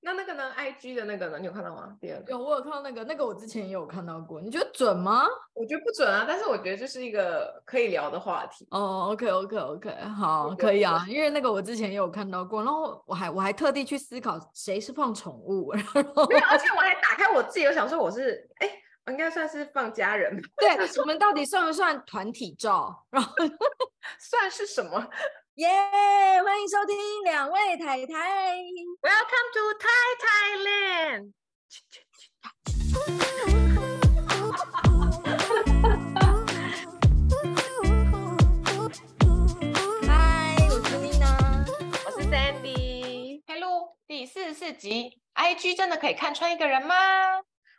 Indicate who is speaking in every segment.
Speaker 1: 那个呢？IG 的那个呢？你有看到吗？第二个，
Speaker 2: 有我有看到那个，那个我之前也有看到过，你觉得准吗？
Speaker 1: 我觉得不准啊，但是我觉得就是一个可以聊的话题。
Speaker 2: 哦，OK OK OK，好，
Speaker 1: 我觉
Speaker 2: 可以
Speaker 1: 得
Speaker 2: 啊，因为那个我之前也有看到过，然后我还我还特地去思考谁是放宠物， 然后
Speaker 1: 没有，而且我还打开我自己，我想说我是，哎，我应该算是放家人吧，
Speaker 2: 对我们到底算不算团体照？然后
Speaker 1: 算是什么
Speaker 2: 耶欢迎收听两位太太。
Speaker 1: ？Welcome to Thai Thailand。
Speaker 2: 嗨，我是 Lina。
Speaker 1: 我是 Sandy。
Speaker 3: Hello，第四十四集，IG 真的可以看穿一个人吗？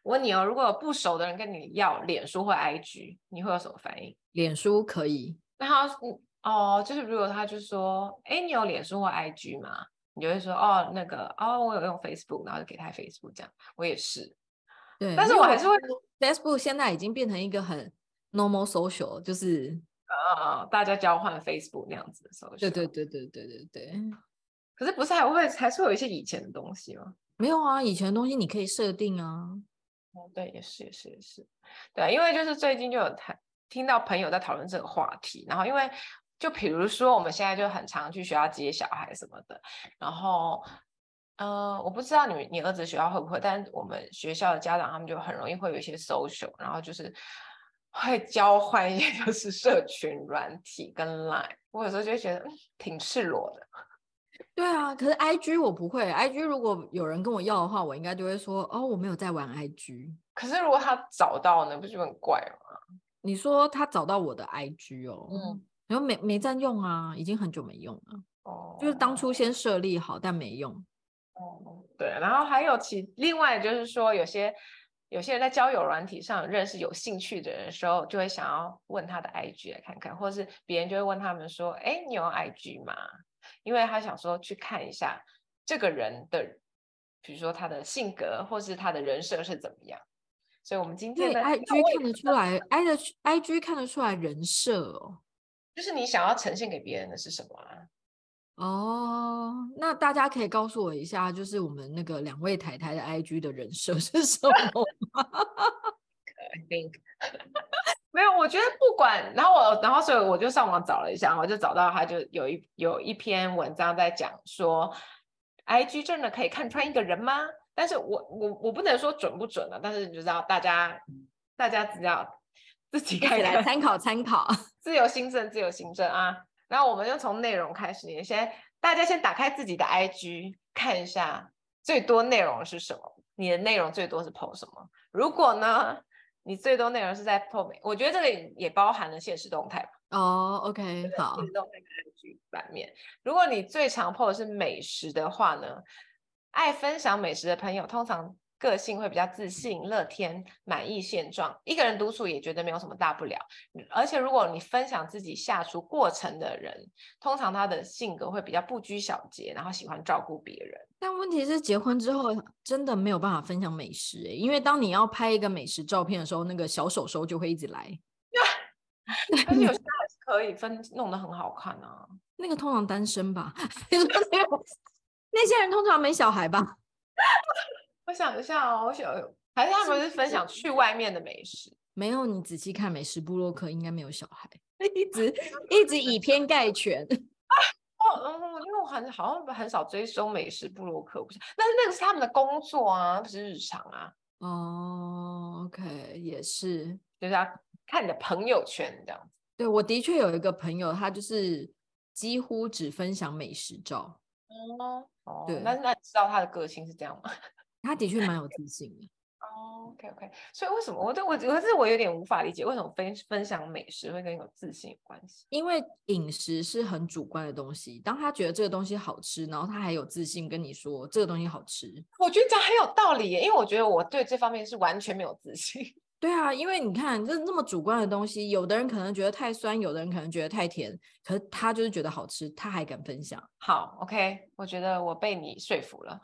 Speaker 3: 我问你哦，如果有不熟的人跟你要脸书或 IG，你会有什么反应？
Speaker 2: 脸书可以，
Speaker 3: 那他嗯哦，就是如果他就说，哎，你有脸书或 IG 吗？你就会说，哦，那个，哦，我有用 Facebook，然后就给他 Facebook 这样。我也是，
Speaker 2: 对，
Speaker 3: 但是
Speaker 2: 因为
Speaker 3: 我还是会，
Speaker 2: Facebook 现在已经变成一个很 normal social，就是
Speaker 3: 呃，大家交换 Facebook 那样子的时候，
Speaker 2: 对对。对对对对对，
Speaker 3: 可是不是还会还是会有一些以前的东西吗？
Speaker 2: 没有啊，以前的东西你可以设定啊，
Speaker 3: 哦，对，也是，也是，也是，对，啊因为就是最近就有谈听到朋友在讨论这个话题，然后因为就比如说我们现在就很常去学校接小孩什么的，然后呃，我不知道你们你儿子学校会不会，但是我们学校的家长他们就很容易会有一些 social，然后就是会交换一些 就是社群软体跟 line，我有时候就会觉得嗯挺赤裸的，
Speaker 2: 对啊，可是 I G 我不会，I G 如果有人跟我要的话，我应该就会说哦，我没有在玩 I G。
Speaker 3: 可是如果他找到呢，不就很怪吗？
Speaker 2: 你说他找到我的 I G 哦，
Speaker 3: 嗯，
Speaker 2: 然后没没在用啊，已经很久没用了，
Speaker 3: 哦
Speaker 2: 就是当初先设立好但没用。
Speaker 3: 哦，对，然后还有其另外就是说，有些有些人在交友软体上认识有兴趣的人的时候，就会想要问他的 IG 来看看，或是别人就会问他们说：“哎，你有 IG 吗？”因为他想说去看一下这个人的，比如说他的性格或是他的人设是怎么样。所以我们今
Speaker 2: 对
Speaker 3: 天的
Speaker 2: I
Speaker 3: 那
Speaker 2: G
Speaker 3: 我也
Speaker 2: 看得出来，I 的 I G 看得出来人设哦。
Speaker 3: 就是你想要呈现给别人的是什么啊？
Speaker 2: 哦，那大家可以告诉我一下，就是我们那个两位台台的 IG 的人设是什么？
Speaker 3: I think 没有，我觉得不管，然后我，然后所以我就上网找了一下，我就找到他就有一有一篇文章在讲说，I G 真的可以看穿一个人吗？但是我我我不能说准不准啊了，但是你就知道大家大家只要自己看
Speaker 2: 可以来
Speaker 3: 看，
Speaker 2: 参考参考。
Speaker 3: 自由新政，自由新政啊。然后我们就从内容开始，你先大家先打开自己的 IG 看一下最多内容是什么，你的内容最多是 PO 什么？如果呢，你最多内容是在 PO 美，我觉得这个也包含了现实动态吧，
Speaker 2: 哦，OK，好
Speaker 3: 现，实动态的 IG 版面。如果你最常 PO 的是美食的话呢，爱分享美食的朋友通常。个性会比较自信、乐天、满意现状，一个人独处也觉得没有什么大不了。而且如果你分享自己下厨过程的人，通常他的性格会比较不拘小节，然后喜欢照顾别人。
Speaker 2: 但问题是，结婚之后真的没有办法分享美食、欸，因为当你要拍一个美食照片的时候，那个小手手就会一直来。
Speaker 3: 但是有些人还是可以分弄得很好看啊。
Speaker 2: 那个通常单身吧， 你说那个那些人通常没小孩吧？
Speaker 3: 我想一下哦，我想还是他们是分享去外面的美食，
Speaker 2: 没有，你仔细看美食部落客应该没有小孩， 一直一直以偏概全。
Speaker 3: 哦，嗯，因为我很好像很少追踪美食部落客，不是，但是那个是他们的工作啊，不是日常啊，
Speaker 2: 哦，OK，也是。
Speaker 3: 就是要看你的朋友圈这样子。
Speaker 2: 对我的确有一个朋友，他就是几乎只分享美食照，
Speaker 3: 哦，哦
Speaker 2: 对，
Speaker 3: 那那你知道他的个性是这样吗？
Speaker 2: 他的确蛮有自信的。
Speaker 3: 哦，OK OK，所以为什么我对我可是我有点无法理解，为什么分分享美食会跟有自信有关系？
Speaker 2: 因为饮食是很主观的东西，当他觉得这个东西好吃，然后他还有自信跟你说这个东西好吃，
Speaker 3: 我觉得讲很有道理耶，因为我觉得我对这方面是完全没有自信。
Speaker 2: 对啊，因为你看这那么主观的东西，有的人可能觉得太酸，有的人可能觉得太甜，可是他就是觉得好吃，他还敢分享。
Speaker 3: 好，OK，我觉得我被你说服了。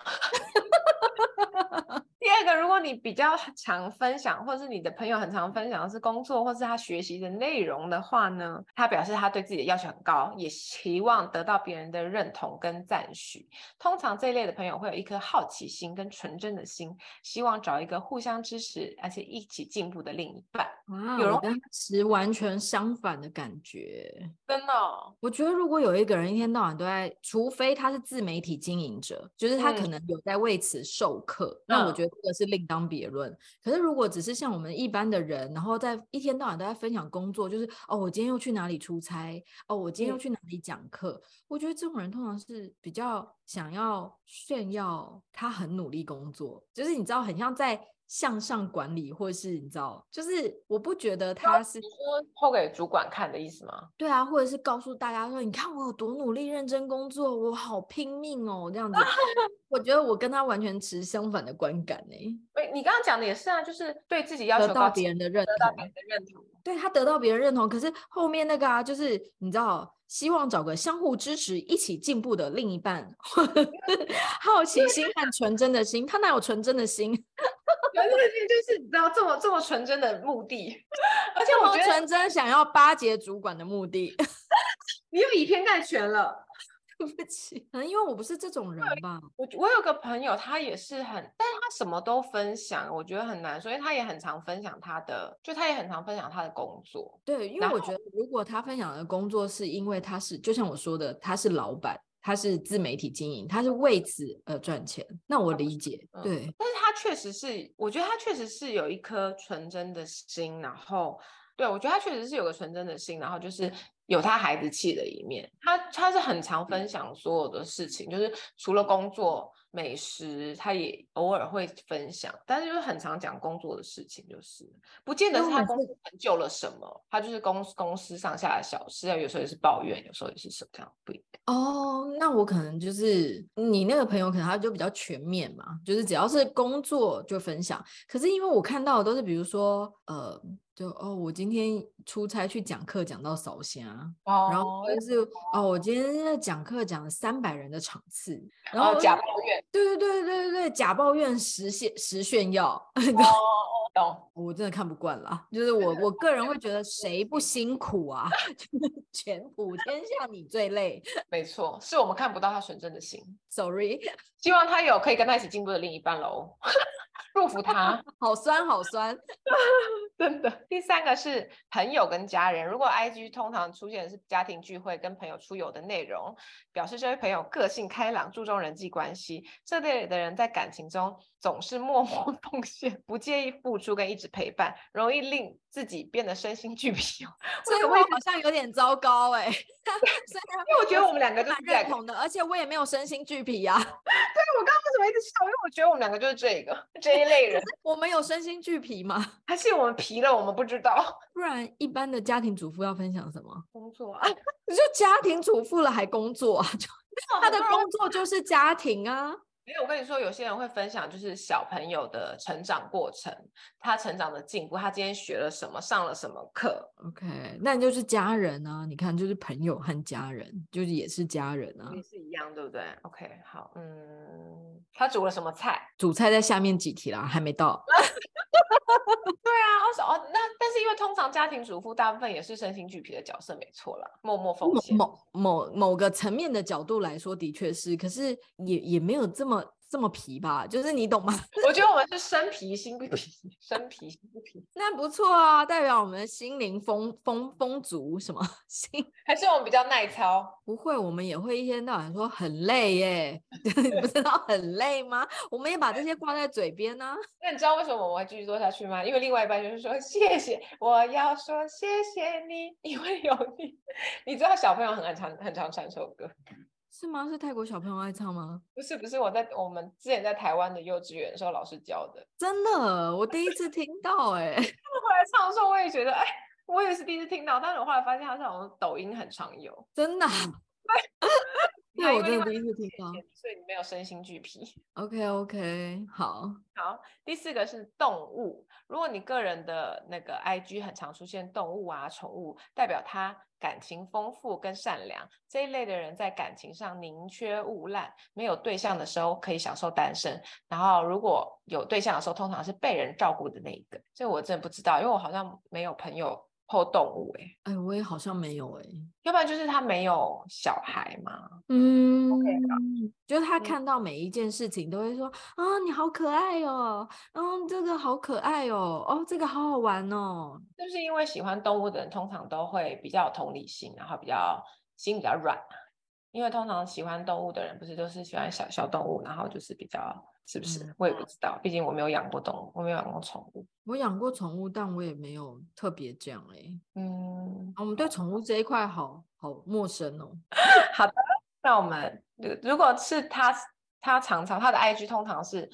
Speaker 3: 第二个，如果你比较常分享，或是你的朋友很常分享的是工作或是他学习的内容的话呢，他表示他对自己的要求很高，也希望得到别人的认同跟赞许。通常这一类的朋友会有一颗好奇心跟纯真的心，希望找一个互相支持而且一起进步的另一半。
Speaker 2: 哇，
Speaker 3: 有
Speaker 2: 有
Speaker 3: 人
Speaker 2: 跟持完全相反的感觉。
Speaker 3: 真的哦、
Speaker 2: 我觉得如果有一个人一天到晚都在，除非他是自媒体经营者，就是他可
Speaker 3: 嗯
Speaker 2: 能有在为此授课，那我
Speaker 3: 嗯
Speaker 2: 觉得这个是另当别论。可是如果只是像我们一般的人，然后在一天到晚都在分享工作，就是哦，我今天又去哪里出差，哦，我今天又
Speaker 3: 嗯
Speaker 2: 去哪里讲课，我觉得这种人通常是比较想要炫耀他很努力工作，就是你知道，很像在。向上管理，或是你知道，就是我不觉得他是
Speaker 3: 你说后给主管看的意思吗？
Speaker 2: 对啊，或者是告诉大家说，你看我有多努力、认真工作，我好拼命哦，这样 子。我觉得我跟他完全持相反的观感呢、
Speaker 3: 哎，你刚刚讲的也是啊，就是对自己要
Speaker 2: 得
Speaker 3: 求
Speaker 2: 到
Speaker 3: 高，
Speaker 2: 别人的认
Speaker 3: 得到
Speaker 2: 同
Speaker 3: 别人的认 同。
Speaker 2: 对他得到别人认同，可是后面那个啊，就是你知道，希望找个相互支持、一起进步的另一半， 好奇心和纯真的心，他哪有纯真的心？
Speaker 3: 纯真性就是你知道这么这么纯真的目的， 而且
Speaker 2: 这
Speaker 3: 我
Speaker 2: 么
Speaker 3: 觉得
Speaker 2: 纯真想要巴结主管的目的，
Speaker 1: 你又以偏概全了。
Speaker 2: 对不起，可能因为我不是这种人吧。
Speaker 3: 我我有个朋友，他也是很，但是他什么都分享，我觉得很难说，因为他也很常分享他的，就他也很常分享他的工作，
Speaker 2: 对，因为
Speaker 3: 然
Speaker 2: 我觉得，如果他分享的工作是因为他是，就像我说的，他是老板，他是自媒体经营，他是为此而赚钱，那我理解。
Speaker 3: 嗯
Speaker 2: 对，
Speaker 3: 但是他确实是，我觉得他确实是有一颗纯真的心，然后对我觉得他确实是有个纯真的心，然后就是有他孩子气的一面。他他是很常
Speaker 2: 嗯
Speaker 3: 分享所有的事情，就是除了工作、美食，他也偶尔会分享，但是就是很常讲工作的事情，就是不见得
Speaker 2: 因
Speaker 3: 是
Speaker 2: 为
Speaker 3: 他
Speaker 2: 我
Speaker 3: 公司成就了什么，他就是公公司上下的小事，有时候也是抱怨，有时候也是什么这样，不一定。
Speaker 2: 哦，那我可能就是你那个朋友，可能他就比较全面嘛，就是只要是工作就分享。可是因为我看到的都是，比如说，呃，就哦，我今天出差去讲课，讲到扫虾，然后或者是哦，我今天在讲课讲了三百人的场次，然
Speaker 3: 然
Speaker 2: 后
Speaker 3: 后
Speaker 2: 我就
Speaker 3: 哦假抱怨，
Speaker 2: 对对对对对对，假抱怨实现实炫耀，
Speaker 3: 懂。
Speaker 2: 我真的看不惯啦。就是我我个人会觉得谁不辛苦啊？ 就是全普天下你最累
Speaker 3: 没错，是我们看不到他纯真的心。
Speaker 2: ，sorry，
Speaker 3: 希望他有可以跟他一起进步的另一半喽， 祝福他。
Speaker 2: 好酸好 酸。
Speaker 3: 真的。第三个是朋友跟家人，如果 IG 通常出现的是家庭聚会跟朋友出游的内容，表示这位朋友个性开朗，注重人际关系。这类的人在感情中总是默默奉献，不介意付出跟一直陪伴，容易令自己变得身心俱 疲。哦
Speaker 2: 所以我好像有点糟糕哎、欸， 虽然
Speaker 3: 因为我觉得我们两个就是
Speaker 2: 蛮
Speaker 3: 这
Speaker 2: 认
Speaker 3: 个。
Speaker 2: 同的，而且我也没有身心俱疲啊。
Speaker 3: 我刚刚为什么一直笑？因为我觉得我们两个就是这个这一类人，
Speaker 2: 我们有身心俱疲吗？
Speaker 3: 还是我们皮了，我们不知道。
Speaker 2: 不然一般的家庭主妇要分享什么？
Speaker 3: 工作啊，
Speaker 2: 就家庭主妇了还工作啊？就他的工作就是家庭啊。
Speaker 3: 没有，我跟你说，有些人会分享就是小朋友的成长过程，他成长的进步，他今天学了什么，上了什么课。
Speaker 2: OK，那你就是家人啊，你看就是朋友和家人，就是也是家人啊。
Speaker 3: 也是一样，对不对？OK，好，嗯，他煮了什么菜？
Speaker 2: 主菜在下面几题啦，还没到。
Speaker 3: 对啊，二十哦，那但是因为通常家庭主妇大部分也是身心俱疲的角色，没错啦，默默奉
Speaker 2: 某
Speaker 3: 献。
Speaker 2: 某某某个层面的角度来说，的确是，可是也也没有这么这么皮吧，就是你懂吗？
Speaker 3: 我觉得我们是身皮心不 皮，身皮心不 皮，
Speaker 2: 那不错啊，代表我们心灵丰丰丰足，什么 心
Speaker 3: 还是我们比较耐操？
Speaker 2: 不会，我们也会一天到晚说很累耶， 你不知道很累吗？我们也把这些挂在嘴边啊呢、
Speaker 3: 那你知道为什么我会继续做下去吗？因为另外一半就是说谢谢，我要说谢谢你，因为有你。 你知道小朋友很爱唱，很常唱这首歌，
Speaker 2: 是吗？是泰国小朋友爱唱吗？
Speaker 3: 不是不是，我在我们之前在台湾的幼稚园的时候老师教的。
Speaker 2: 真的，我第一次听到哎、
Speaker 3: 后来唱的时候我也觉得，哎，我嗯也是第一次听到，但是我后来发现他是好像抖音很常有。
Speaker 2: 真的啊、 对
Speaker 3: 那
Speaker 2: 我
Speaker 3: 因为
Speaker 2: 真
Speaker 3: 另
Speaker 2: 的
Speaker 3: 外
Speaker 2: 第一
Speaker 3: 一
Speaker 2: 次
Speaker 3: 个
Speaker 2: 听
Speaker 3: 是
Speaker 2: 到
Speaker 3: 钱所以你没有身心俱疲。
Speaker 2: OK OK，好，
Speaker 3: 好，第四个是动物。如果你个人的那个 IG 很常出现动物啊、宠物，代表他感情丰富跟善良这一类的人，在感情上宁缺毋滥，没有对象的时候可以享受单身，然后如果有对象的时候，通常是被人照顾的那一个。这我真的不知道，因为我好像没有朋友后动物、欸，诶，
Speaker 2: 哎，我也好像没有哎、
Speaker 3: 要不然就是他没有小孩嘛。
Speaker 2: 嗯
Speaker 3: OK 的
Speaker 2: 就是他
Speaker 3: 嗯
Speaker 2: 看到每一件事情都会说啊，你好可爱哦，嗯，这个好可爱哦，哦，这个好好玩哦，
Speaker 3: 就是因为喜欢动物的人，通常都会比较有同理心，然后比较心比较软嘛。因为通常喜欢动物的人，不是都是喜欢小小动物，然后就是比较是不是？
Speaker 2: 嗯
Speaker 3: 我也不知道，毕竟我没有养过动物，我没有养过宠物。
Speaker 2: 我养过宠物，但我也没有特别这样哎、
Speaker 3: 嗯，
Speaker 2: 啊我们对宠物这一块好好陌生哦。
Speaker 3: 好的，那我们如如果是他，他常常他的 IG 通常是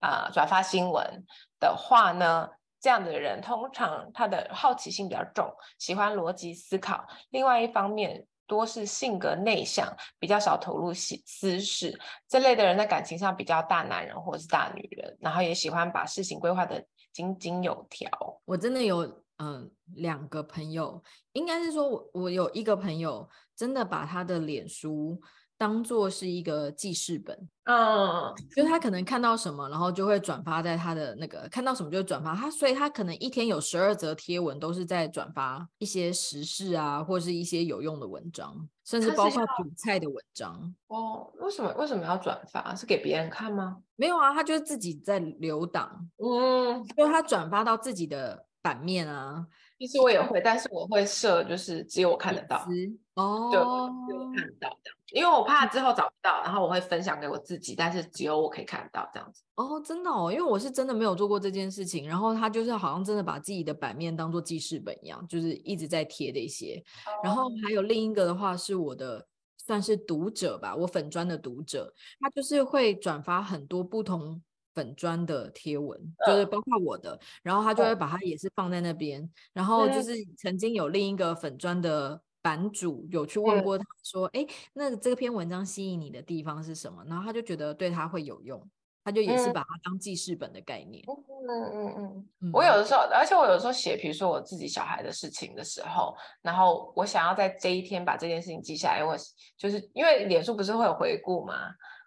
Speaker 3: 啊转发新闻的话呢，这样的人通常他的好奇心比较重，喜欢逻辑思考。另外一方面，多是性格内向，比较少投入喜私事。这类的人在感情上比较大男人或者是大女人，然后也喜欢把事情规划的井井有条。
Speaker 2: 我真的有嗯、呃两个朋友，应该是说我我有一个朋友真的把他的脸书当做是一个记事本，
Speaker 3: 嗯，
Speaker 2: 就是他可能看到什么，然后就会转发在他的那个看到什么就会转发他，所以他可能一天有十二则贴文都是在转发一些时事啊，或是一些有用的文章，甚至
Speaker 3: 他
Speaker 2: 包
Speaker 3: 是
Speaker 2: 括煮菜的文章。
Speaker 3: 哦，为什么为什么要转发？是给别人看吗？
Speaker 2: 没有啊，他就是自己在留档，
Speaker 3: 嗯，
Speaker 2: 就是他转发到自己的版面啊，
Speaker 3: 其实我也会，但是我会设就是只有我看得到，
Speaker 2: 是
Speaker 3: 对，
Speaker 2: 哦，
Speaker 3: 只有我看得到这样，因为我怕之后找不到，然后我会分享给我自己，但是只有我可以看到这样子。
Speaker 2: 哦，真的哦，因为我是真的没有做过这件事情，然后他就是好像真的把自己的版面当做记事本一样，就是一直在贴的一些。然
Speaker 3: 哦
Speaker 2: 后还有另一个的话是我的算是读者吧，我粉砖的读者，他就是会转发很多不同粉砖的贴文，就是
Speaker 3: 嗯
Speaker 2: 包括我的，然后他就会把它也是放在那边。然后就
Speaker 3: 嗯
Speaker 2: 是曾经有另一个粉砖的。版主有去问
Speaker 3: 嗯
Speaker 2: 过他说：“哎、那这篇文章吸引你的地方是什么？”然后他就觉得对他会有用，他就也是
Speaker 3: 嗯
Speaker 2: 把它当记事本的概念。
Speaker 3: 嗯嗯嗯，
Speaker 2: 嗯
Speaker 3: 我有的时候，而且我有的时候写，比如说我自己小孩的事情的时候，然后我想要在这一天把这件事情记下来，因为我就是因为脸书不是会有回顾嘛，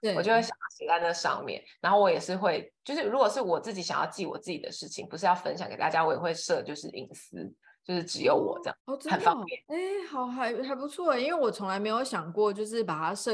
Speaker 2: 对，
Speaker 3: 我就会想要写在那上面。然后我也是会，就是如果是我自己想要记我自己的事情，不是要分享给大家，我也会设就是隐私，就是只有我这样。
Speaker 2: 哦，真
Speaker 3: 很
Speaker 2: 的
Speaker 3: 方
Speaker 2: 哦，哎、好还还不错诶，因为我从来没有想过就是把它设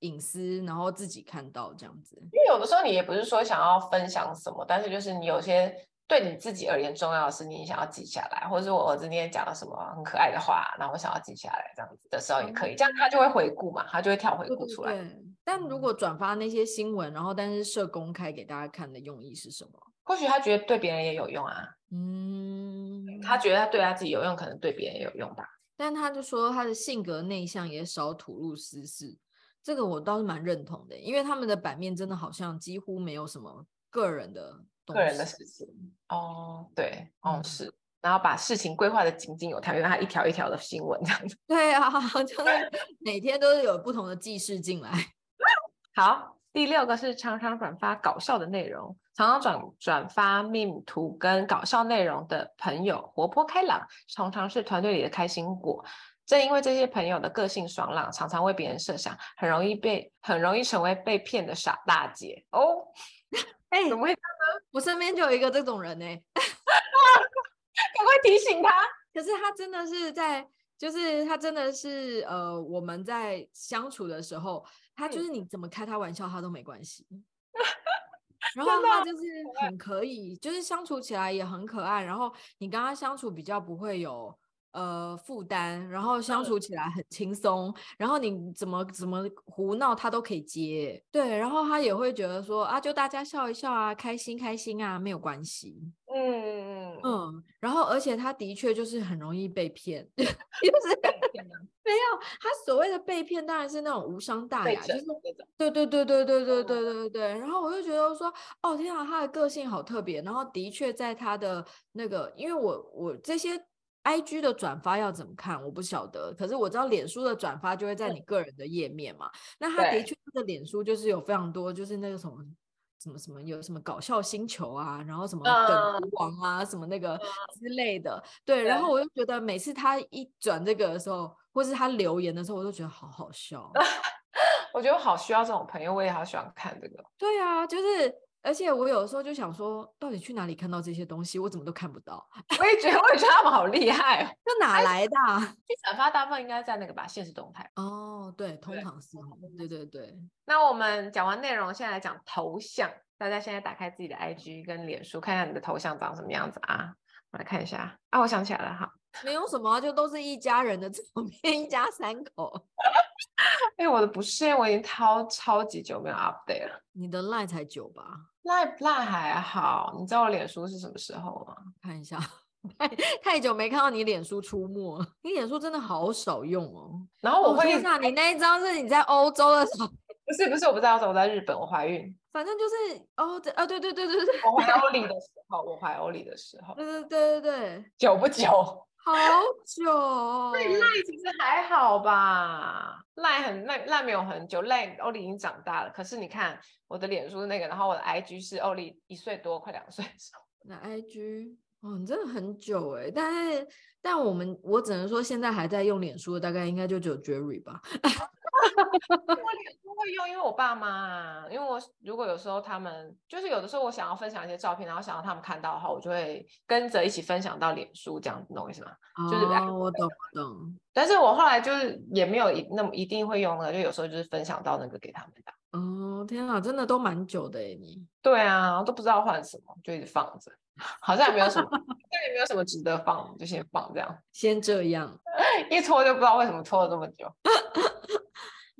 Speaker 2: 隐私，然后自己看到这样子。
Speaker 3: 因为有的时候你也不是说想要分享什么，但是就是你有些对你自己而言重要的事，你想要记下来，或者是我儿子今天讲了什么很可爱的话，然后我想要记下来，这样子的时候也可以，这样他就会回顾嘛，他就会跳回
Speaker 2: 哦对
Speaker 3: 顾
Speaker 2: 对
Speaker 3: 出来。嗯
Speaker 2: 对，但如果转发那些新闻，然后但是设公开给大家看的用意是什么？
Speaker 3: 或许他觉得对别人也有用啊，
Speaker 2: 嗯，
Speaker 3: 他觉得他对他自己有用，可能对别人也有用吧。
Speaker 2: 但他就说他的性格内向，也少吐露私事，这个我倒是蛮认同的，欸因为他们的版面真的好像几乎没有什么个人的东
Speaker 3: 个人的事
Speaker 2: 西
Speaker 3: 情。哦，对，哦、
Speaker 2: 嗯
Speaker 3: 是，然后把事情规划的井井有条，因为它一条一条的新闻这样子。
Speaker 2: 对啊， 就是每天都是有不同的记事进来。
Speaker 3: 好，第六个是常常转发搞笑的内容，常常转转发 meme 图跟搞笑内容的朋友，活泼开朗，常常是团队里的开心果。正因为这些朋友的个性爽朗，常常为别人设想，很容易被很容易成为被骗的傻大姐哦。
Speaker 2: 哎、
Speaker 3: 怎么会？
Speaker 2: 我身边就有一个这种人呢、欸
Speaker 3: 赶快提醒他。
Speaker 2: 可是他真的是在，就是他真的是呃，我们在相处的时候，他就
Speaker 3: 嗯
Speaker 2: 是你怎么开他玩笑，他都没关 系。然后
Speaker 3: 真的
Speaker 2: 他就是很可以，就是相处起来也很可爱。然后你跟他相处比较不会有呃负担，然后
Speaker 3: 嗯
Speaker 2: 相处起来很轻松。然后你怎么怎么胡闹，他都可以接。对，然后他也会觉得说啊，就大家笑一笑啊，开心开心啊，没有关系。
Speaker 3: 嗯，
Speaker 2: 嗯，然后而且他的确就是很容易被骗， 就是
Speaker 3: 嗯
Speaker 2: 没有他所谓的被骗，当然是那种无伤大
Speaker 3: 被
Speaker 2: 雅，就
Speaker 3: 整
Speaker 2: 是
Speaker 3: 那种。
Speaker 2: 对对对对对对
Speaker 3: 嗯
Speaker 2: 对对对。然后我就觉得说，哦天啊，他的个性好特别。然后的确在他的那个，因为我我这些。 IG 的转发要怎么看？我不晓得，可是我知道脸书的转发就会在
Speaker 3: 嗯
Speaker 2: 你个人的页面嘛。那他的
Speaker 3: 对
Speaker 2: 确，他的脸书就是有非常多，就是那个什么什么什么有什么搞笑星球啊，然后什么
Speaker 3: 嗯
Speaker 2: 梗图王啊，什么那个之类的。对，然
Speaker 3: 对
Speaker 2: 后我就觉得每次他一转这个的时候，或是他留言的时候，我都觉得好好笑。
Speaker 3: 我觉得我好需要这种朋友，我也好喜欢看这个。
Speaker 2: 对啊，就是。而且我有时候就想说，到底去哪里看到这些东西，我怎么都看不到，
Speaker 3: 我也觉得，我也觉得他们好厉害哦。
Speaker 2: 这哪来的啊、
Speaker 3: 去转发大部分应该在那个吧，现实动态。
Speaker 2: 哦，对，通
Speaker 3: 对
Speaker 2: 常是
Speaker 3: 常
Speaker 2: 哦
Speaker 3: 通，
Speaker 2: 对对对，
Speaker 3: 那我们讲完内容，现在来讲头像。大家现在打开自己的 IG 跟脸书，看一下你的头像长什么样子啊？我来看一下啊，我想起来了哈，
Speaker 2: 没有什么啊，就都是一家人的照片，一家三口。
Speaker 3: 哎、我的不是，我已经超超级久没有 update 了。
Speaker 2: 你的 line 才九吧？
Speaker 3: 那那还好，你知道我脸书是什么时候吗？
Speaker 2: 看一下，太太久没看到你脸书出没了，你脸书真的好少用哦。
Speaker 3: 然后我
Speaker 2: 哦
Speaker 3: 会一直、
Speaker 2: 天哪，你那一张是你在欧洲的时候，
Speaker 3: 不是不是，我不知道，我在日本，我怀孕，
Speaker 2: 反正就是哦，对啊，对对对对对
Speaker 3: 我怀欧里的时候，我怀欧里的时候，
Speaker 2: 对对对对对，
Speaker 3: 久不久？
Speaker 2: 好久哦。
Speaker 3: 赖其实还好吧，赖很赖赖没有很久，赖欧丽已经长大了。可是你看我的脸书是那个，然后我的 IG 是欧丽一岁多，快两岁的时候。
Speaker 2: 那 IG 哦，你真的很久哎，但是但我们我只能说现在还在用脸书的，大概应该就只有 Jerry 吧。
Speaker 3: 我脸书会用，因为我爸妈，啊因为我如果有时候他们就是有的时候我想要分享一些照片，然后想要他们看到的话，我就会跟着一起分享到脸书，这样你懂我意思吗？就是哎
Speaker 2: 哦，我懂我懂，
Speaker 3: 但是我后来就是也没有一那么一定会用了，就有时候就是分享到那个给他们的。
Speaker 2: 哦天啊，真的都蛮久的哎，你
Speaker 3: 对啊，都不知道换什么，就一直放着， 好像也没有什么，好像也没有什么值得放，就先放这样。
Speaker 2: 先这样。
Speaker 3: 一拖就不知道为什么拖了这么久。啊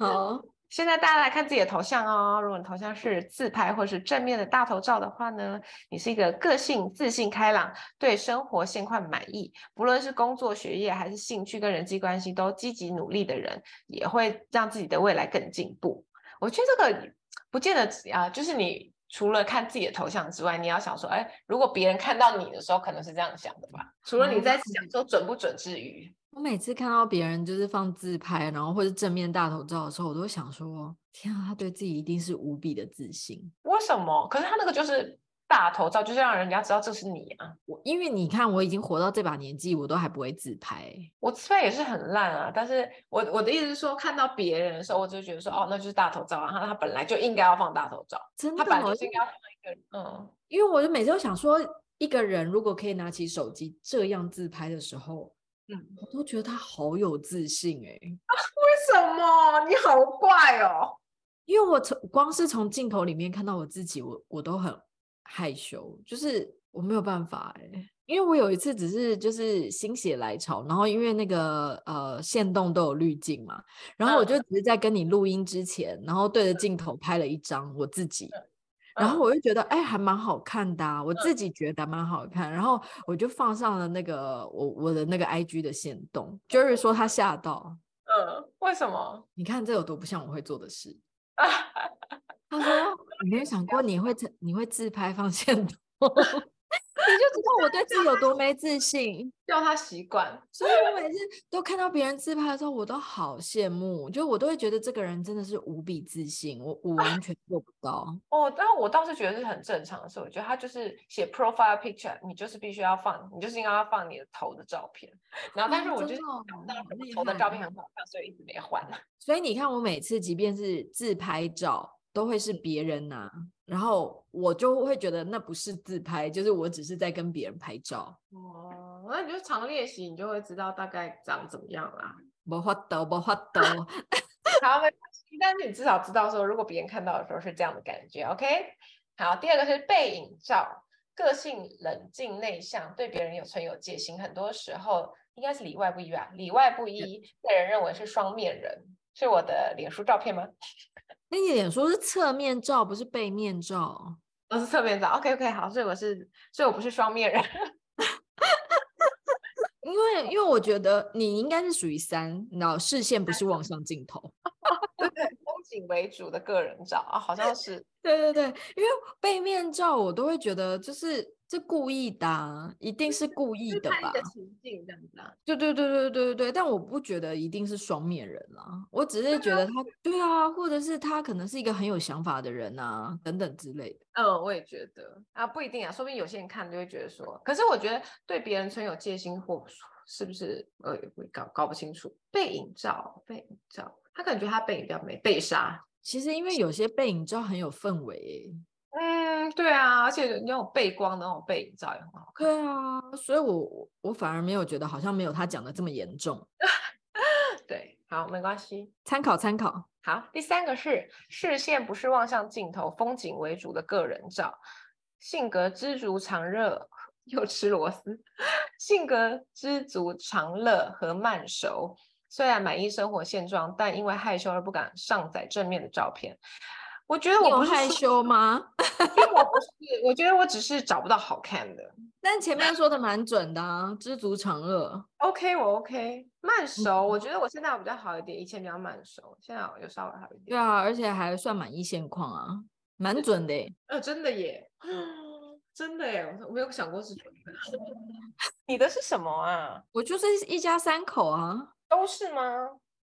Speaker 2: 好，
Speaker 3: 现在大家来看自己的头像哦，如果你头像是自拍或是正面的大头照的话呢，你是一个个性自信开朗，对生活现况满意，不论是工作、学业还是兴趣跟人际关系都积极努力的人，也会让自己的未来更进步。我觉得这个不见得只啊、就是你除了看自己的头像之外，你要想说，哎，如果别人看到你的时候，可能是这样想的吧？除了你
Speaker 2: 哦
Speaker 3: 在想说准不准之余，
Speaker 2: 我每次看到别人就是放自拍，然后或是正面大头照的时候，我都会想说，天啊，他对自己一定是无比的自信。
Speaker 3: 为什么？可是他那个就是大头照，就是让人家知道这是你啊。
Speaker 2: 我因为你看，我已经活到这把年纪，我都还不会自拍。欸
Speaker 3: 我自拍也是很烂啊，但是我我的意思是说，看到别人的时候，我就觉得说，哦，那就是大头照啊，他他本来就应该要放大头照，
Speaker 2: 真
Speaker 3: 他
Speaker 2: 的
Speaker 3: 本来
Speaker 2: 哦，
Speaker 3: 就是应该要放一个人，嗯，
Speaker 2: 因为我就每次都想说，一个人如果可以拿起手机这样自拍的时候，
Speaker 3: 嗯，
Speaker 2: 我都觉得他好有自信哎、
Speaker 1: 为什么？你好怪哦！
Speaker 3: 嗯
Speaker 2: 因为我从光是从镜头里面看到我自己，我我都很害羞，就是我没有办法哎、因为我有一次只是就是心血来潮，然后因为那个呃线动都有滤镜嘛，然后我
Speaker 3: 嗯
Speaker 2: 就只是在跟你录音之前，然后对着镜头拍了一张我自己，然后
Speaker 3: 嗯
Speaker 2: 我就觉得，哎，还蛮好看的、啊，我自己觉得蛮好看。然后我就放上了那个我我的那个 IG 的线动，Jerry 说他吓到，
Speaker 3: 嗯，为什么？
Speaker 2: 你看这有多不像我会做的事。他说你没有想过你会自你会自拍放线动，你 就知道我对自己有多没自信。
Speaker 3: 要他习惯，
Speaker 2: 所以我每次都看到别人自拍的时候，我都好羡慕，就我都会觉得这个人真的是无比自信，我我完全做不到。
Speaker 3: 哦，但我倒是觉得是很正常的事，我觉得他就是写 profile picture，你就是必须要放，你就是应该要放你的头的照片，然后但
Speaker 2: 哦
Speaker 3: 是我
Speaker 2: 真
Speaker 3: 就是
Speaker 2: 的哦
Speaker 3: 想不到
Speaker 2: 好
Speaker 3: 什么
Speaker 2: 厉
Speaker 3: 头的
Speaker 2: 害
Speaker 3: 照片很好看，所以一直没换。啊
Speaker 2: 所以你看，我每次即便是自拍照，都会是别人拿、然后我就会觉得那不是自拍，就是我只是在跟别人拍照。
Speaker 3: 哦，那你就常练习，你就会知道大概长怎么样啦。
Speaker 2: 不发抖，不发 抖。
Speaker 3: 好，没关系，但是你至少知道说，如果别人看到的时候是这样的感觉，OK？好，第二个是背影照，个性冷静内向，对别人有存有戒心，很多时候应该是里外不一吧，里外不一被人认为是双面人，是我的脸书照片吗？
Speaker 2: 那你脸说是侧面照，不是背面照。
Speaker 3: 哦，是侧面照，OK OK，好，所以我是，所以我不是双面人，
Speaker 2: 因为因为我觉觉得你应该是属于三，你知道视线不是望向镜头，
Speaker 3: 对，风景景为主的个人照啊，好像是
Speaker 2: 对对对，因为背面照我都会觉得就是这故意的、啊，一定是故意
Speaker 3: 就是
Speaker 2: 的
Speaker 3: 看一
Speaker 2: 吧
Speaker 3: 个？情境这样子啊。
Speaker 2: 对对对对对对对，但我不觉得一定是双面人啦，我只是觉得他对啊，或者是他可能是一个很有想法的人啊，等等之类的。
Speaker 3: 嗯，我也觉得啊，不一定啊，说不定有些人看就会觉得说，可是我觉得对别人存有戒心或是不是呃我搞搞不清楚。背影照，背影照，他可能觉得他背影比较美，被杀。
Speaker 2: 其实因为有些背影照很有氛围欸、
Speaker 3: 嗯，对啊，而且那种背光的那种背影照也很好看。
Speaker 2: 对啊，所以我我我反而没有觉得好像没有他讲的这么严重，
Speaker 3: 对，好，没关系。
Speaker 2: 参考参考。
Speaker 3: 好，第三个是视线不是望向镜头，风景为主的个人照，性格知足常乐， 又吃螺丝，性格知足常乐和慢熟。虽然满意生活现状，但因为害羞而不敢上载正面的照片。我觉得
Speaker 2: 你
Speaker 3: 我
Speaker 2: 有
Speaker 3: 不是
Speaker 2: 害
Speaker 3: 说，
Speaker 2: 羞吗？
Speaker 3: 我觉得我不是，我觉得我只是找不到好看的。
Speaker 2: 但前面说的蛮准的啊，知足常乐。
Speaker 3: OK，我 OK，慢熟，
Speaker 2: 嗯
Speaker 3: 我觉得我现在比较好一点，以前比较慢熟，现在有稍微好一点。
Speaker 2: 对啊，而且还算满意现况啊，蛮准的欸、
Speaker 3: 呃，真的耶，真的耶，我没有想过是准的。 你的是什么啊？
Speaker 2: 我就是一家三口啊，
Speaker 3: 都是吗？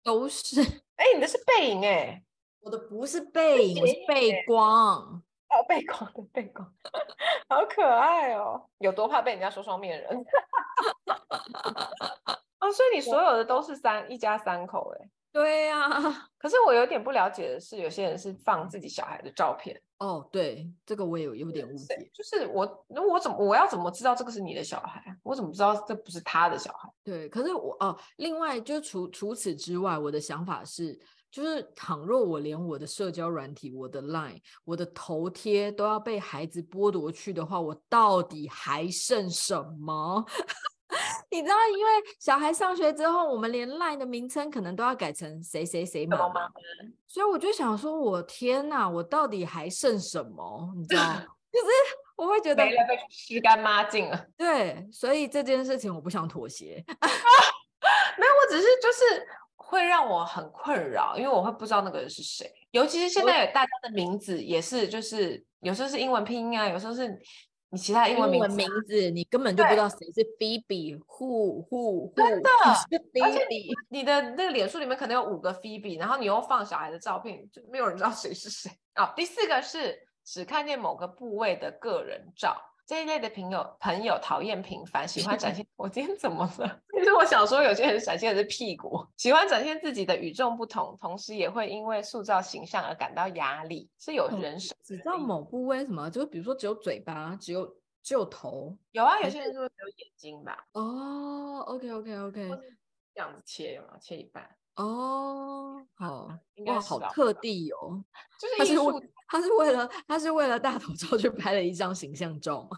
Speaker 2: 都是
Speaker 3: 哎，你的是背影哎，
Speaker 2: 我的不是背影，我是
Speaker 3: 斜
Speaker 2: 背光。
Speaker 3: 哦，背光的背光，好可爱哦。有多怕被人家说双面人？ 哦，所以你所有的都是三一家三口哎。
Speaker 2: 对啊，
Speaker 3: 可是我有点不了解的是，有些人是放自己小孩的照片，
Speaker 2: 哦，对，这个我也有有点误
Speaker 3: 对
Speaker 2: 解。
Speaker 3: 就是我，那我怎么我要怎么知道这个是你的小孩？啊我怎么知道这不是他的小孩？
Speaker 2: 对，可是我哦，另外就除除此之外，我的想法是，就是倘若我连我的社交软体、我的 Line、我的头贴都要被孩子剥夺去的话，我到底还剩什么？ 你知道，因为小孩上学之后，我们连 Line 的名称可能都要改成谁谁谁
Speaker 3: 什
Speaker 2: 妈
Speaker 3: 么
Speaker 2: 妈
Speaker 3: 吗？
Speaker 2: 所以我就想说，我天呐，我到底还剩什么？你知 道吗，就是我会觉得
Speaker 3: 没了，被吃干抹净了。
Speaker 2: 对，所以这件事情我不想妥协。
Speaker 3: 没有，我只是就是会让我很困扰，因为我会不知道那个人是谁。尤其是现
Speaker 2: 我
Speaker 3: 在大家的名字也是，就是有时候是英文拼音啊，有时候是你其他
Speaker 2: 哎
Speaker 3: 英文名字啊。
Speaker 2: 字，你根本就不
Speaker 3: 对
Speaker 2: 知道谁是 Phoebe who who who，真
Speaker 3: 的
Speaker 2: 是
Speaker 3: 而且
Speaker 2: Phoebe。
Speaker 3: 你的那个脸书里面可能有五个 Phoebe，然后你又放小孩的照片，就没有人知道谁是谁啊、第四个是只看见某个部位的个人照。这一类的朋友朋友讨厌平凡，喜欢展现我今天怎么了？ 其实我想说，有些人展现的是屁股，喜欢展现自己的与众不同，同时也会因为塑造形象而感到压力，是有
Speaker 2: 哦
Speaker 3: 人设
Speaker 2: 只知道某部位什么，就比如说只有嘴巴，只有只有头。
Speaker 3: 有啊，有
Speaker 2: 还
Speaker 3: 些人就会只有眼睛吧，
Speaker 2: 哦，OK OK OK，
Speaker 3: 或是这样子切有没有切一半？
Speaker 2: 哦，好，
Speaker 3: 应该
Speaker 2: 哇，
Speaker 3: 是
Speaker 2: 好
Speaker 3: 吧
Speaker 2: 特地哦。
Speaker 3: 就
Speaker 2: 他
Speaker 3: 是艺
Speaker 2: 是为
Speaker 3: 术
Speaker 2: 他是为了他是为了大头照去拍了一张形象照嘛？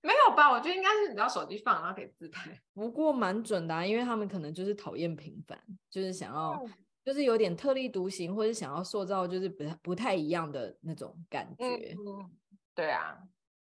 Speaker 3: 没有吧？我觉得应该是你知道手机放，然后给自拍。
Speaker 2: 不过蛮准的、啊，因为他们可能就是讨厌平凡，就是想要
Speaker 3: 嗯
Speaker 2: 就是有点特立独行，或者想要塑造就是不太不太一样的那种感觉。
Speaker 3: 嗯，对啊，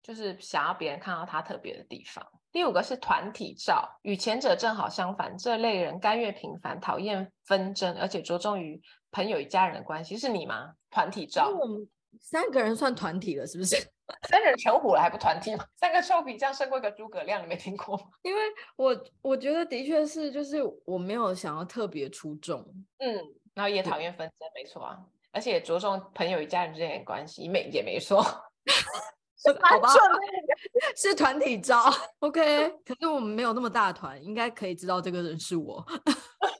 Speaker 3: 就是想要别人看到他特别的地方。第五个是团体照，与前者正好相反，这类人甘愿平凡，讨厌纷争，而且着重于朋友与家人的关系。是你吗？团体
Speaker 2: 那
Speaker 3: 照，
Speaker 2: 我们三个人算团体了，是不是？
Speaker 3: 三人成虎了还不团体吗？三个臭皮匠胜过一个诸葛亮，你没听过吗？
Speaker 2: 因为我我觉得的确是，就是我没有想要特别出众，
Speaker 3: 嗯，然后也讨厌纷争，没错啊，而且也着重朋友与家人之间的关系，没也没错。
Speaker 2: 好吧
Speaker 3: 蛮准的
Speaker 2: 是团体照，OK。可是我们没有那么大团，应该可以知道这个人是我。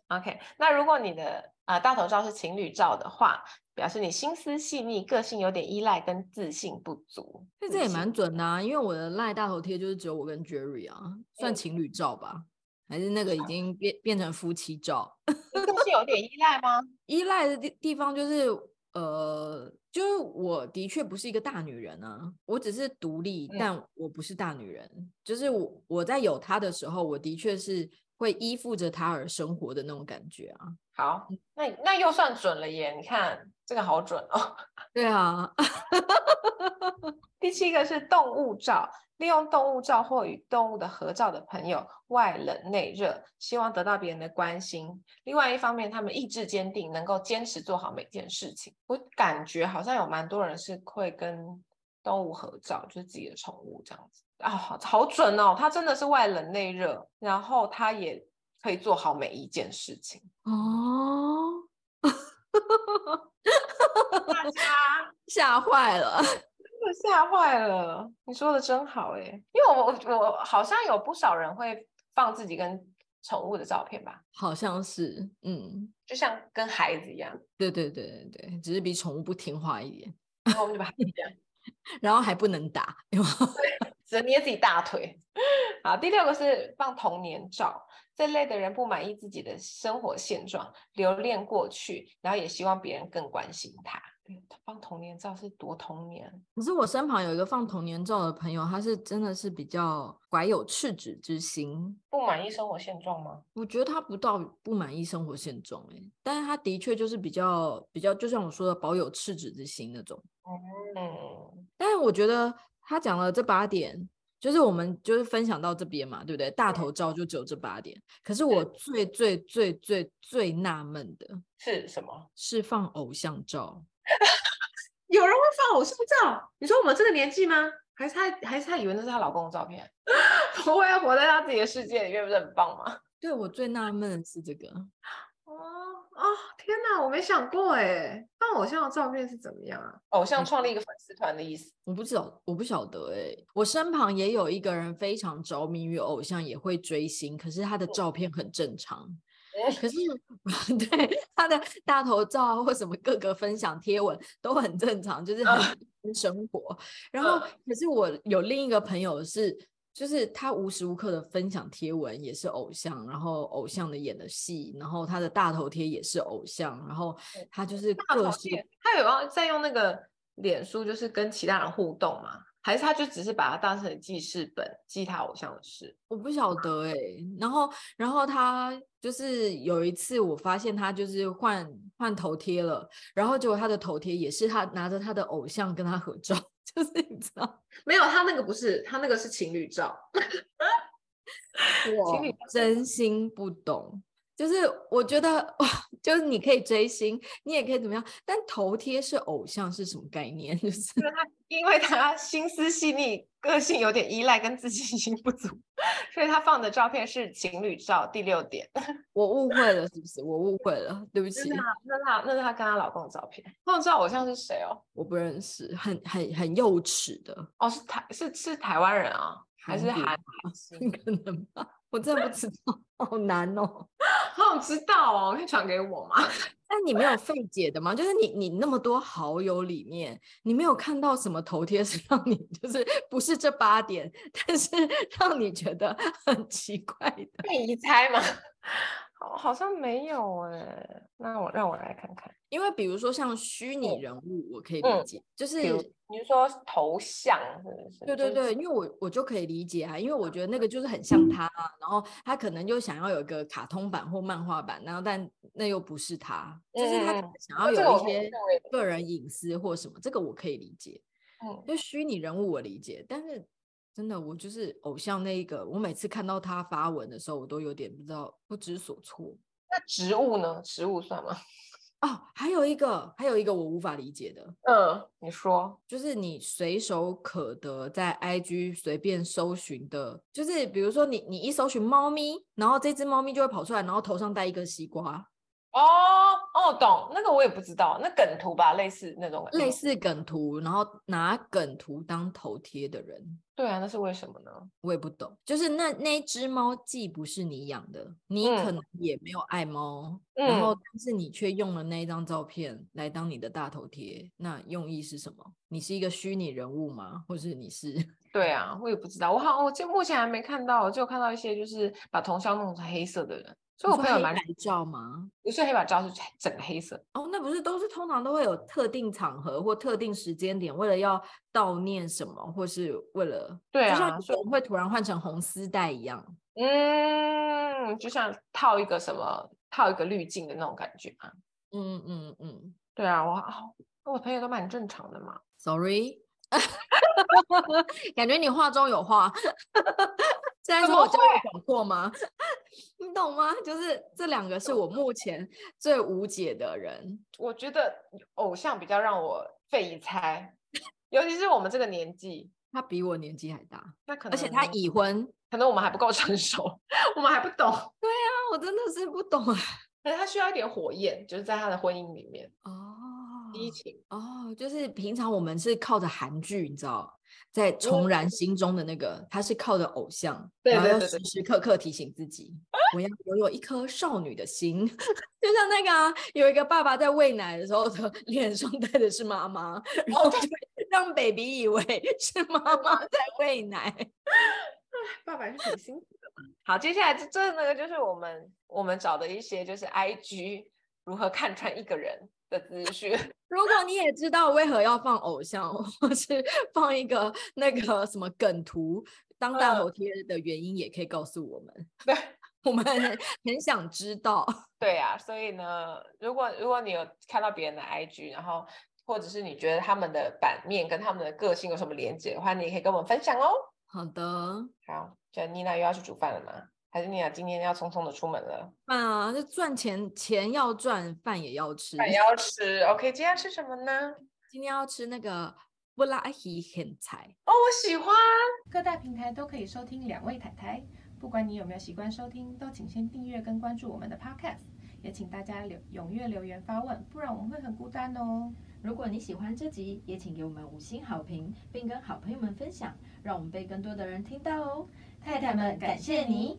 Speaker 3: OK，那如果你的啊、呃大头照是情侣照的话，表示你心思细腻，个性有点依赖跟自信不足。
Speaker 2: 那
Speaker 3: 自
Speaker 2: 这也
Speaker 3: 信
Speaker 2: 蛮准的、啊，因为我的赖大头贴就是只有我跟 Jerry 啊，算
Speaker 3: 嗯
Speaker 2: 情侣照吧，还是那个已经变变成夫妻照。
Speaker 3: 你个性有点依赖吗？
Speaker 2: 依赖的地地方就是，呃，就是我的确不是一个大女人啊，我只是独立，
Speaker 3: 嗯
Speaker 2: 但我不是大女人。就是我我在有他的时候，我的确是会依附着他而生活的那种感觉啊。
Speaker 3: 好，那那又算准了耶！你看这个好准哦。
Speaker 2: 对 啊，
Speaker 3: 第七个是动物照，利用动物照或与动物的合照的朋友，外冷内热，希望得到别人的关心。另外一方面，他们意志坚定，能够坚持做好每件事情。我感觉好像有蛮多人是会跟动物合照，就是自己的宠物这样子啊、好好准哦！他真的是外冷内热，然后他也可以做好每一件事情。
Speaker 2: 哦，
Speaker 3: 大家
Speaker 2: 吓坏了。
Speaker 3: 我吓坏了，你说的真好哎、因为我我我好像有不少人会放自己跟宠物的照片吧，
Speaker 2: 好像是，嗯，
Speaker 3: 就像跟孩子一样，
Speaker 2: 对对对对对，只是比宠物不听话一点，
Speaker 3: 然后我们就把孩子这样
Speaker 2: 然后还不能打，有吗
Speaker 3: 只能捏自己大腿。 好，第六个是放童年照，这类的人不满意自己的生活现状，留恋过去，然后也希望别人更关心他。嗯放童年照是多童年，
Speaker 2: 可是我身旁有一个放童年照的朋友，他是真的是比较怀有赤子之心。
Speaker 3: 不满意生活现状吗？
Speaker 2: 我觉得他不到不满意生活现状、欸，但是他的确就是比较比较，就像我说的，保有赤子之心那种。
Speaker 3: 嗯，
Speaker 2: 但是我觉得他讲了这八点，就是我们就是分享到这边嘛，对不对？大头照就只有这八点。可是我最最最最最纳闷的
Speaker 3: 是什么？
Speaker 2: 是放偶像照，
Speaker 1: 有人会放偶像照？你说我们这个年纪吗？
Speaker 3: 还是她，还是她以为那是她老公的照片， 不会啊活在她自己的世界里面，不是很棒吗？
Speaker 2: 对我最纳闷的是这个。
Speaker 1: 哦哦，天哪，我没想过哎，放偶像的照片是怎么样啊？
Speaker 3: 偶像
Speaker 2: 嗯
Speaker 3: 创立一个粉丝团的意思，
Speaker 2: 我不知道，我不晓得哎、我身旁也有一个人非常着迷于偶像，也会追星，可是他
Speaker 3: 嗯
Speaker 2: 的照片很正 常。
Speaker 3: 哎
Speaker 2: 可是 对他的大头照啊或什么各个分享贴文都很正常，就是
Speaker 3: 啊嗯
Speaker 2: 很很生活。然后，可是我有另一个朋友是，就是他无时无刻的分享贴文也是偶像，然后偶像的演的戏，然后他的大头贴也是偶像，然后
Speaker 3: 对
Speaker 2: 他就是
Speaker 3: 嗯大
Speaker 2: 各
Speaker 3: 头
Speaker 2: 式
Speaker 3: 贴，他有要在用那个脸书，就是跟其他人互动吗？还是他就只是把它当成记事本，记他偶像的事？
Speaker 2: 我不晓得哎、然后然后他就是有一次我发现他就是换换头贴了，然后结果他的头贴也是他拿着他的偶像跟他合照， 就是你知道，
Speaker 1: 没有，他那个不是，他那个是情侣照。
Speaker 2: 我
Speaker 3: 侣
Speaker 2: 真心不懂。就是我觉得哇，就是你可以追星，你也可以怎么样，但头贴是偶像是什么概念？ 就是
Speaker 3: 因为他心思细腻，个性有点依赖，跟自信心不足，所以他放的照片是情侣照。第六点，
Speaker 2: 我误会了，是不是？我误会了，对不
Speaker 3: 那
Speaker 2: 起
Speaker 3: 是，他，那是他，那是他跟她老公的照片。她知道偶像是谁哦？
Speaker 2: 我不认识，很很很幼稚的，
Speaker 3: 哦，是台是是台湾人啊，还是
Speaker 2: 韩国
Speaker 3: 韩
Speaker 2: 很可能吧，我真的不知道，好难哦。
Speaker 3: 好想知道哦，可以传给我吗？
Speaker 2: 但你没有费解的吗？就是你你那么多好友里面，你没有看到什么头贴是让你就是不是这八点，但是让你觉得很奇怪的。
Speaker 3: 可以移猜吗？ 好，好像没有哎。那我让我来看看。
Speaker 2: 因为比如说像虚拟
Speaker 3: 嗯
Speaker 2: 人物，我可以理
Speaker 3: 嗯
Speaker 2: 解，就是
Speaker 3: 比如你是说头像是不是？就
Speaker 2: 对对
Speaker 3: 是嗯
Speaker 2: 对，因为我我就可以理解啊，因为我觉得那个就是很像他啊，然后他可能就想要有一个卡通版或漫画版，然后但那又不是他，就是他
Speaker 3: 嗯
Speaker 2: 可
Speaker 3: 嗯嗯
Speaker 2: 能想
Speaker 3: 那
Speaker 2: 要
Speaker 3: 这个
Speaker 2: 有
Speaker 3: 我
Speaker 2: 一
Speaker 3: 可以
Speaker 2: 些
Speaker 3: 认为
Speaker 2: 个人隐私或什么，这个我可以理解。
Speaker 3: 嗯，
Speaker 2: 就虚拟人物我理解，但是真的我就是偶像那一个，我每次看到他发文的时候，我都有点不知道不知所措。
Speaker 3: 那植物呢？植物算吗？
Speaker 2: 哦，还有一个，还有一个我无法理解的，
Speaker 3: 嗯，你说
Speaker 2: 就是你随手可得在 IG 随便搜寻的，就是比如说你你一搜寻猫咪，然后这只猫咪就会跑出来，然后头上戴一个西瓜，
Speaker 3: 哦哦，懂那个我也不知道，那梗图吧，类似那种梗
Speaker 2: 类
Speaker 3: 图。
Speaker 2: 似梗图，然后拿梗图当头贴的人，
Speaker 3: 对啊，那是为什么呢？
Speaker 2: 我也不懂。就是那那一只猫既不是你养的，你可
Speaker 3: 嗯
Speaker 2: 能也没有爱猫，
Speaker 3: 嗯
Speaker 2: 然后但是你却用了那一张照片来当你的大头贴，那用意是什么？你是一个虚拟人物吗？或是你是？
Speaker 3: 对啊，我也不知道，我好，我这目前还没看到，我就有看到一些就是把头像弄成黑色的人，所以我朋友蛮
Speaker 2: 拍照吗？
Speaker 3: 不是黑白照，是整个黑色。
Speaker 2: 哦，那不是都是通常都会有特定场合或特定时间点，为了要悼念什么，或是为了
Speaker 3: 对
Speaker 2: 就像
Speaker 3: 啊
Speaker 2: 有
Speaker 3: 所以
Speaker 2: 人会突然换成红丝带一样。
Speaker 3: 嗯，就像套一个什么套一个滤镜的那种感觉啊。
Speaker 2: 嗯嗯嗯
Speaker 3: 对啊，我哦我朋友都蛮正常的嘛。
Speaker 2: ，sorry，感觉你话中有 话。现在
Speaker 3: 怎
Speaker 2: 说
Speaker 3: 么
Speaker 2: 我交友广阔吗？ 你懂吗？就是这两个是我目前最无解的人。
Speaker 3: 我觉得偶像比较让我费一猜，尤其是我们这个年纪，
Speaker 2: 他比我年纪还大，
Speaker 3: 那可能
Speaker 2: 而且他已婚。
Speaker 3: 可能我们还不够成熟， 我们还不懂，
Speaker 2: 啊，我真的是不懂啊。
Speaker 3: 可能他需要一点火焰，就是在他的婚姻里面
Speaker 2: 哦
Speaker 3: 激情。
Speaker 2: 哦，就是平常我们是靠着韩剧，你知道，在重燃心中的那个，他是靠着偶像，
Speaker 3: 嗯对
Speaker 2: 然后
Speaker 3: 对
Speaker 2: 要
Speaker 3: 对
Speaker 2: 时
Speaker 3: 对
Speaker 2: 时刻刻提醒自己，我要拥有一颗少女的心， 就像那个、啊、有一个爸爸在喂奶的时候，的脸上戴的是妈妈，然
Speaker 3: 哦
Speaker 2: 后就会让 baby 以为是妈妈在喂奶。
Speaker 1: 爸爸是挺辛苦的，
Speaker 3: 好，接下来这这那个就是我们我们找的一些就是 I G 如何看穿一个人的资讯。
Speaker 2: 如果你也知道为何要放偶像， 或是放一个那个什么梗图当大头贴的原因，也可以告诉我们。
Speaker 3: 嗯 对，
Speaker 2: 我们很很想知道。
Speaker 3: 对呀、所以呢，如果如果你有看到别人的 IG，然后或者是你觉得他们的版面跟他们的个性有什么连接的话，你也可以跟我们分享哦。
Speaker 2: 好的，
Speaker 3: 好，这妮娜又要去煮饭了吗？还是妮娜今天要匆匆的出门
Speaker 2: 嗯
Speaker 3: 了？
Speaker 2: 啊那就赚钱，钱要赚，饭也要吃。
Speaker 3: 饭要吃，OK，今天要吃什么呢？
Speaker 2: 今天要吃那个布拉希很菜。
Speaker 3: 哦，我喜欢。
Speaker 4: 各大平台都可以收听两位太太。不管你有没有习惯收听，都请先订阅跟关注我们的 Podcast，也请大家留踊跃留言发问，不然我们会很孤单哦。
Speaker 5: 如果你喜欢这集，也请给我们五星好评，并跟好朋友们分享，让我们被更多的人听到哦。太太们，感谢你。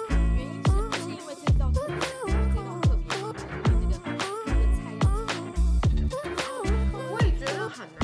Speaker 2: 是因为这道特别，这道特别，因为这个这个菜要吃。
Speaker 1: 我也觉得很难
Speaker 3: 嗯